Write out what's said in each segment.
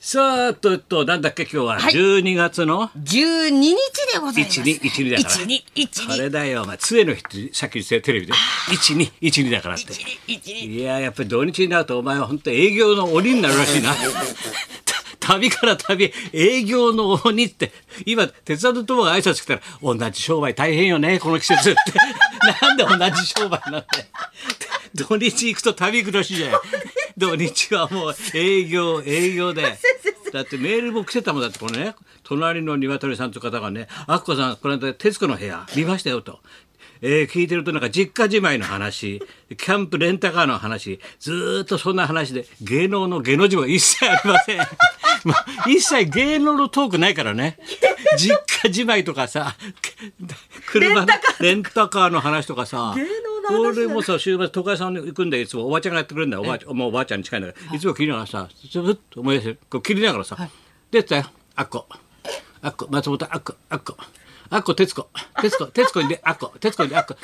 さあとっとなんだっけ今日ははい12月の12日でございます。 12 12だから12、あ12、れだよお前杖の日ってさっきテレビで1212だからって12、12。いややっぱり土日になるとお前は本当営業の鬼になるらしいな た旅から旅へ営業の鬼って今鉄腕の友が挨拶来たら「同じ商売大変よねこの季節」って なんで同じ商売なんだよ 土日行くと旅行くらしいじ ゃない土日はもう営業営業 でだってメールも来てたもんだってこのね隣の鶏さんという方がね「あっこさんこの間『徹子の部屋』見ましたよ」と。えー聞いてるとなんか実家じまいの話キャンプレンタカーの話ずーっとそんな話で芸能の芸能字は一切ありませ んもう一切芸能のトークないから ね実家じまいとか さ車のレンタカーの話とかさ芸能の話だ俺もさ週末都会さんに行くんでいつもおばちゃんがやってくれるんだよおばあちゃんもうおばあちゃんに近いんだからいつも切りながらさずっと思い出してこう切りながらさ、出てたよあっこあっこ松本あっこあっこあっこ徹子徹子徹子に であっこ徹子にであっこ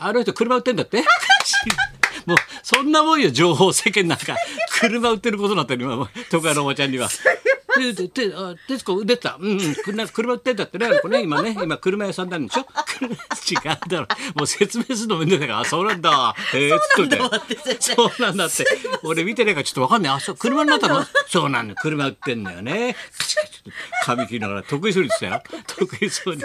あの人車売ってんだって もうそんなもんよ情報世間なんか車売ってることなんて今もう都会のおばちゃんには。ででてあ徹子出てた、うんうん、くな車売ってんだってねあの子ね今ね今車屋さんなんでしょ 違うだろもう説明するの面倒だからあそうなんだえー、そうそうなんだわって先生そうなんだって俺見てないからちょっとわかんないあそう車になったのそうなんだ車売ってんだよねカチカチって髪切りながら得意そうにしてたよ得意そうにすいません。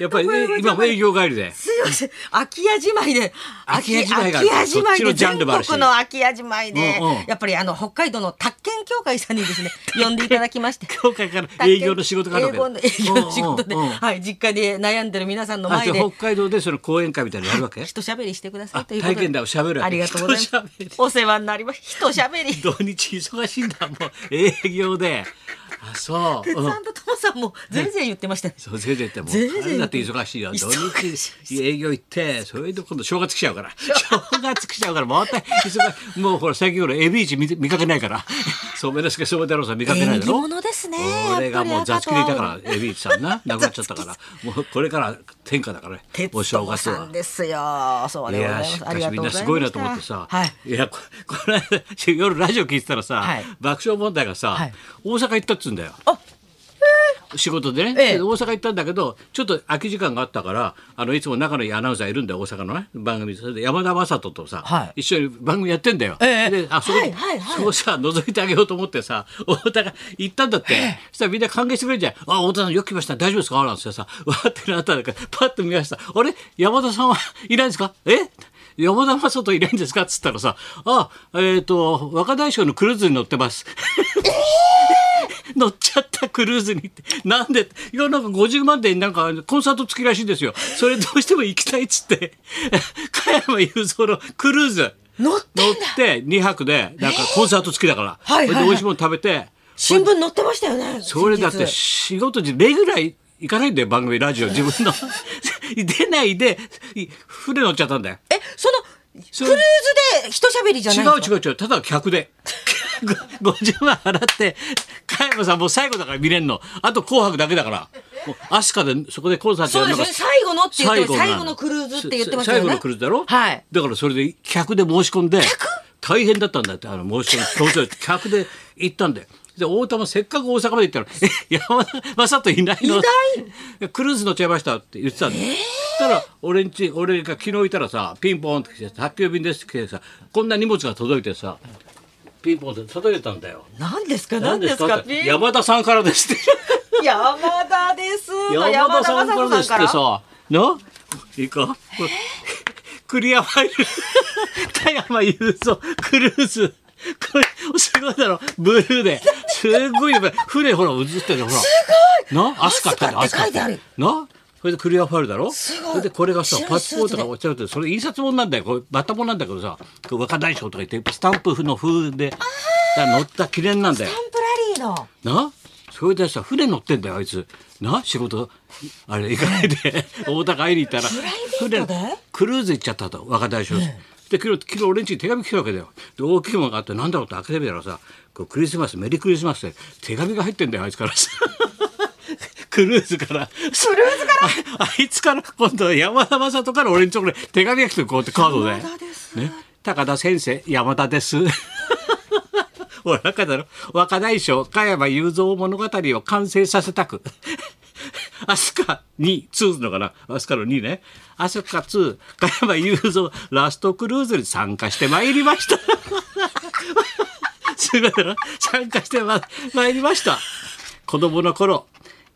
やっぱり、どこへねご、邪今も魔営業帰りで。すいません。空き家じまいで。空き家じまいがある空き家じまいそっちで。のジャンル全もあるし国の空き家じまいでうんうん。やっぱりあの、北海道の宅建協会さんにですね、呼んでいただきまして。今回から 営業の仕事があるわけ営業の営業の仕事で、うんうんうんはい、実家で悩んでる皆さんのあ、じ前ゃあで北。海道でその講演会みたいなのやるわけ一喋りしてくださあいということで体験談を喋るわけありがとうございます一 喋りお世話になります一喋り土日忙しいんだ、もう営業で。あ、そう。鉄腕うとんともさんも全然言ってましたねそう全然ってもう全然彼だって忙しいよ土忙し日営業行ってそれで今度正月来ちゃうから正月来ちゃうからまた忙しいもうほら最近ほらエビイチ見て見かけないからそうめのすけそうめ太郎さん見かけない縁だ起ろ物ですね俺がもう座付きでいたかららエビーチさんな亡くなっちゃったからもうこれから天下だからね鉄お正道月さはん。ですよそういでござやいーますしあかりしがみとうなんございましたすごいなと思ってさ、はいいやこ この間夜ラジオ聞いてたらさ、はい爆笑問題がさ、はい大阪行ったっつうんだよ。仕事でね、ええ大阪行ったんだけどちょっと空き時間があったからあのいつも仲のいいアナウンサーいるんだよ大阪のね番組それで山田雅人とさ、はい一緒に番組やってんだよ。ええであそこ、はいはいはいそこさ覗いてあげようと思ってさ 太田が行ったんだって、そしたらみんな歓迎してくれるじゃん「あ太田さんよく来ました大丈夫ですか?」なんてさわーってなったんだからパッと見ました「あれ山田さんはいないんですかえ山田雅人いないんですか?」っつったらさ「あえっ、と若大将のクルーズに乗ってます」 乗っちゃったクルーズにってなんでいやなんか50万でなんかコンサート付きらしいんですよそれどうしても行きたいっつって 加山雄三のクルーズ乗って乗って2泊でなんかコンサート付きだから、はいはいはいそれで美味しいもの食べて新聞載ってましたよねそれだっ先て日仕事時レギュラー行かないんだよ番組 ラジオ自分の 出ないでい船乗っちゃったんだよえそのそクれルーズで一喋りじゃ違ないう違う違うただ客で ご50万払って加山さんもう最後だから見れんのあと「紅白」だけだからもうアスカでそこでコンサートそうやでるすのねが最後のって言ってな最後のクルーズって言ってましたよ最ね後のクルーズだろ、はいだからそれで客で申し込んで大変だったんだってあの申し込み東京客で行ったんでで太田もせっかく大阪まで行ったの「え山田雅人いないの?」いないいクルーズ乗っちゃいましたって言ってたんで、そしたら俺んち俺が昨日いたらさピンポーンって来て「宅急便です」って来てさこんな荷物が届いてさピンポンって届いてたんだよ。何ですか何ですか何って山田さんからですって。山田ですの山田さんから雅で人すってさ、ないいか。クリアファイル、田山雄三、クルーズ。これ、すごいだろ、ブルーで。すごいよ、船ほら、映ってるよほら。すごいな、アスカってアスカって書いてあるなそれでクリアファイルだろすごいそれでこれがさ、白パいススポーートツでが落ちちゃうって、それ印刷物なんだよ。これ、バッタもんなんだけどさ、こう若大将とか言って、スタンプの風で、だから乗った記念なんだよタ。ンプラリーのなそれでさ船乗ってんだよあいつな仕事あれ行か ないで大田会いに行ったらプライベートで船クルーズ行っちゃったと若大将、で昨日昨日俺んちに手紙来たわけだよで大きいものがあってなんだろうって開けてみたらさこうクリスマスメリークリスマスって手紙が入ってんだよあいつからさ クルーズからクルーズかああいつから今度山田雅人から俺のところに手紙が来てこうやってカードで。山田で すね、高田先生山田です。ほら中だろ若大将加山雄三物語を完成させたく飛鳥2、2のかな飛鳥の2ね。飛鳥2、加山雄三ラストクルーズに参加してまいりました。 すべての参加してまいりました子供の頃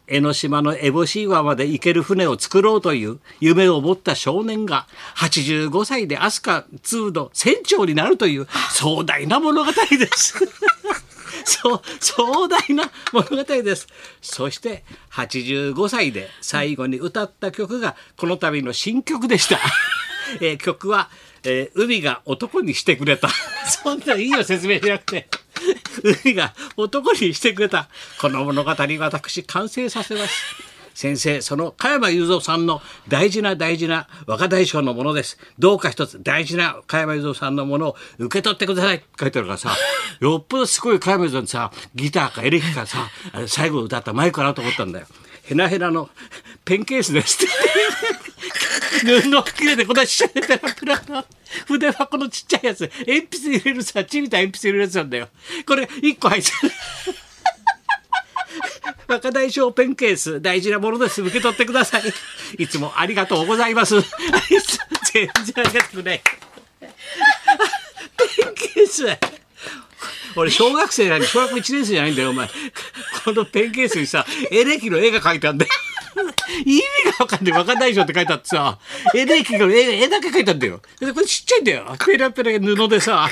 江ノ島の烏帽子岩まで行ける船を作ろうという夢を持った少年が85歳で飛鳥2の船長になるという壮大な物語です そう壮大な物語ですそして85歳で最後に歌った曲がこの度の新曲でした、 えー曲は、えー海が男にしてくれた」 そんないいよ説明しなくて 海が男にしてくれたこの物語私完成させます先生その加山雄三さんの大事な大事な若大将のものですどうか一つ大事な加山雄三さんのものを受け取ってくださいって書いてあるからさ よっぽどすごい加山雄三にさギターかエレキかさあれ最後歌った前かなと思ったんだよヘナヘナのペンケースですって布切れてこ んなちっちゃいペラペラの筆箱のちっちゃいやつ鉛筆入れるさちびた鉛筆入れるやつなんだよこれ1個入ってる若大将ペンケース大事なものです受け取ってください いつもありがとうございます全然ありがたくないペンケース俺小学生なのに小学1年生じゃないんだよお前このペンケースにさエレキの絵が描いてあんだよ意味が分かんない若大将って書いてあってさエレキの絵絵だけ描いてあんだよでこれちっちゃいんだよペラペラ布でさ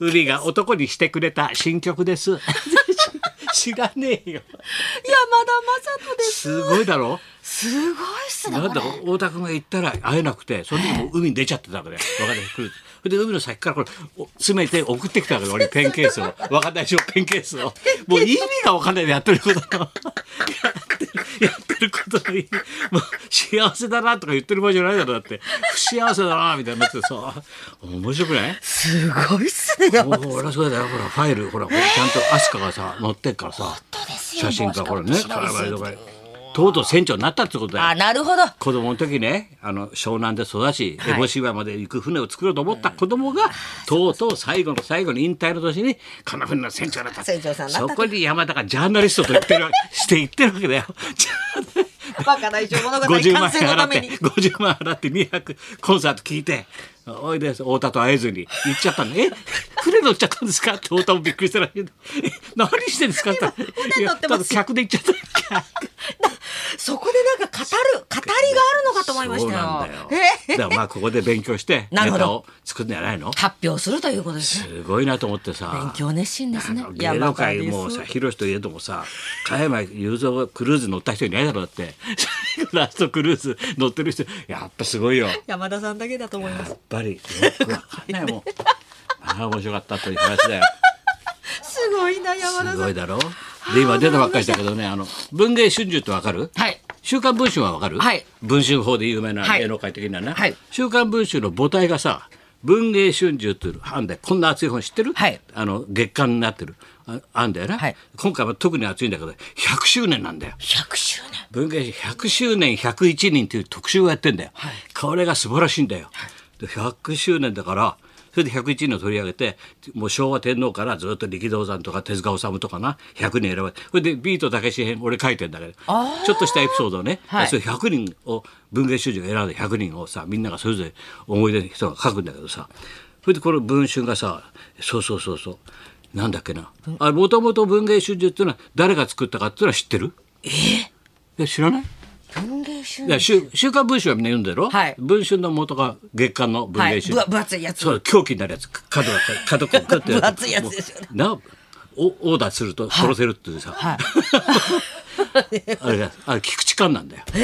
海が男にしてくれた新曲です 知らねえよ山田雅人です。すごいだろすごいっすね。 なんだ太田君が行ったら会えなくてその時もう海に出ちゃってたわけで若手来るそれで海の先からこれお詰めて送ってきたわけで俺ペンケースを若大将ペンケースをもう意味が分かんないでやってること のやってるやってることの意味もう幸せだなとか言ってる場合じゃないだろだって不幸せだなみたいになってさ面白くないすごいっすね。山田おお俺はそうだよほらファイルほらこれちゃんと飛鳥がさ乗ってっからさですよ写真かもこうれしかもねしかもカラバリとかとうとう船長になったってことだよあ、なるほど。子供の時ねあの湘南で育ちはい烏帽子岩まで行く船を作ろうと思った子供が、とうとう最後の最後に引退の年にこの船の船長だった船長さんになったそこに山田がジャーナリストと言ってるわして言ってるわけだ よ。若大将物語50万完成円払のたっめてに。 50万円払って200コンサート聞いておいで太田と会えずに行っちゃったんで「え船乗っちゃったんですか?」って太田もびっくりしたらしい「え何してんですか?」って言ったら「い船乗やって多ま分す客で行っちゃった」そこでなんか語る、語りがあるのかと思いましたよ。そうなんだよ。えだからまあここで勉強して なネるほどタを作るんじゃないの発表するということですね。すごいなと思ってさ。勉強熱心ですね。芸能界もうさ広志といえどもさ加山雄三がクルーズ乗った人いないだろうだって ラストクルーズ乗ってる人やっぱすごいよや山田さんだけだと思います。っぱりよくわかんないもんああ面白かったという話 だよすごいな、山す田さごん。いだろで今出たばっかりだけどねあの文藝春秋ってわかるはい。週刊文春はわかる、はい文春法で有名なはい芸能界的なな、はい週刊文春の母体がさ文藝春秋という版でこんな厚い本知ってる、はいあの月刊になってるああんだよな、はい今回は特に厚いんだけど100周年なんだよ100周年。文芸100周年101人という特集をやってんだよ、これが素晴らしいんだよ、で100周年だからそれで101人を取り上げてもう昭和天皇からずっと力道山とか手塚治虫とかな100人選ばれてそれでビートたけし編俺書いてんだけどちょっとしたエピソードをね、はいそれ100人を文芸春秋が選んで100人をさみんながそれぞれ思い出の人が書くんだけどさそれでこの文春がさそうそうそうそうなんだっけなもともと文芸春秋っていうのは誰が作ったかっていうのは知ってるえ知らない文芸周いや年。週週刊文春はみんな読んでるろ、はい文春の元が月刊の文はい。芸春、ぶわ分厚いやつ。そう狂気になるやつ角が角がグッて 分厚いやつですよねもうなおオーダーすると殺せるっていうさ、はい。あれがあれ菊池寛なんだよ。菊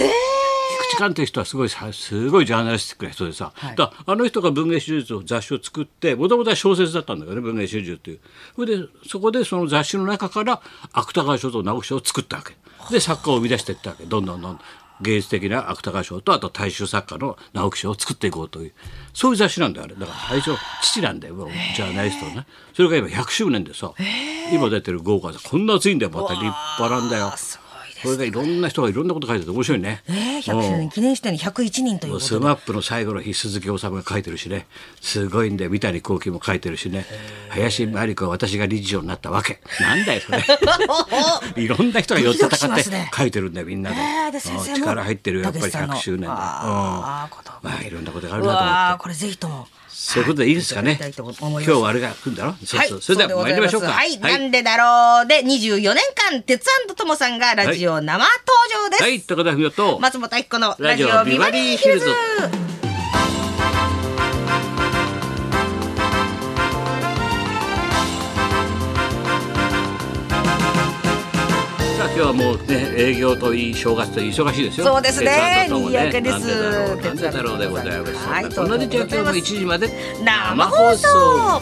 池寛っていう人はすごいさすごいジャーナリスティックな人でさ、はいだからあの人が文芸手術を雑誌を作ってもともとは小説だったんだよね文芸手術っていうそれでそこでその雑誌の中から芥川賞と直木賞を作ったわけで作家を生み出していったわけどんどんどんどん芸術的な芥川賞とあと大衆作家の直木賞を作っていこうというそういう雑誌なんだよあれだから最初父なんだよもうジャーナリストのねそれが今100周年でさ今出てる豪華さこんな熱いんだよまた立派なんだよすごいこれがいろんな人がいろんなこと書いてて面白いね。ええ100周年記念しての101人ということスで。マップの最後の日鈴木治が書いてるしねすごいんだよ三谷幸喜も書いてるしね林真理子は私が理事長になったわけなんだよそれ いろんな人が寄って戦ドっキドキてしますね書いてるんだよみんなで,うん、ええで先生も力入ってるよやっぱりたけしさんの100周年で、うんあーことまあいろんなことがあるうなと思ってわーこれぜひとも。そういうことでいいですかねはいいただきたい今と思い日ますはあれが来るんだろそうそう、それではそう参りましょうかございますはい、なんでだろうで24年間鉄腕ともさんがラジオ生登場です。はい高田文夫と松本明子のラジオビバリーヒルズ。さあ今日はもうね営業といい正月といい忙しいですよそうですね鉄腕ともね賑やかですなんでだろうなんでだろうでございます、はいそんなこんな時は今日も1時まで生放送。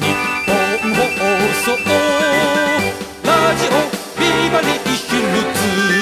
日本放送ラジオビバリーヒルズ」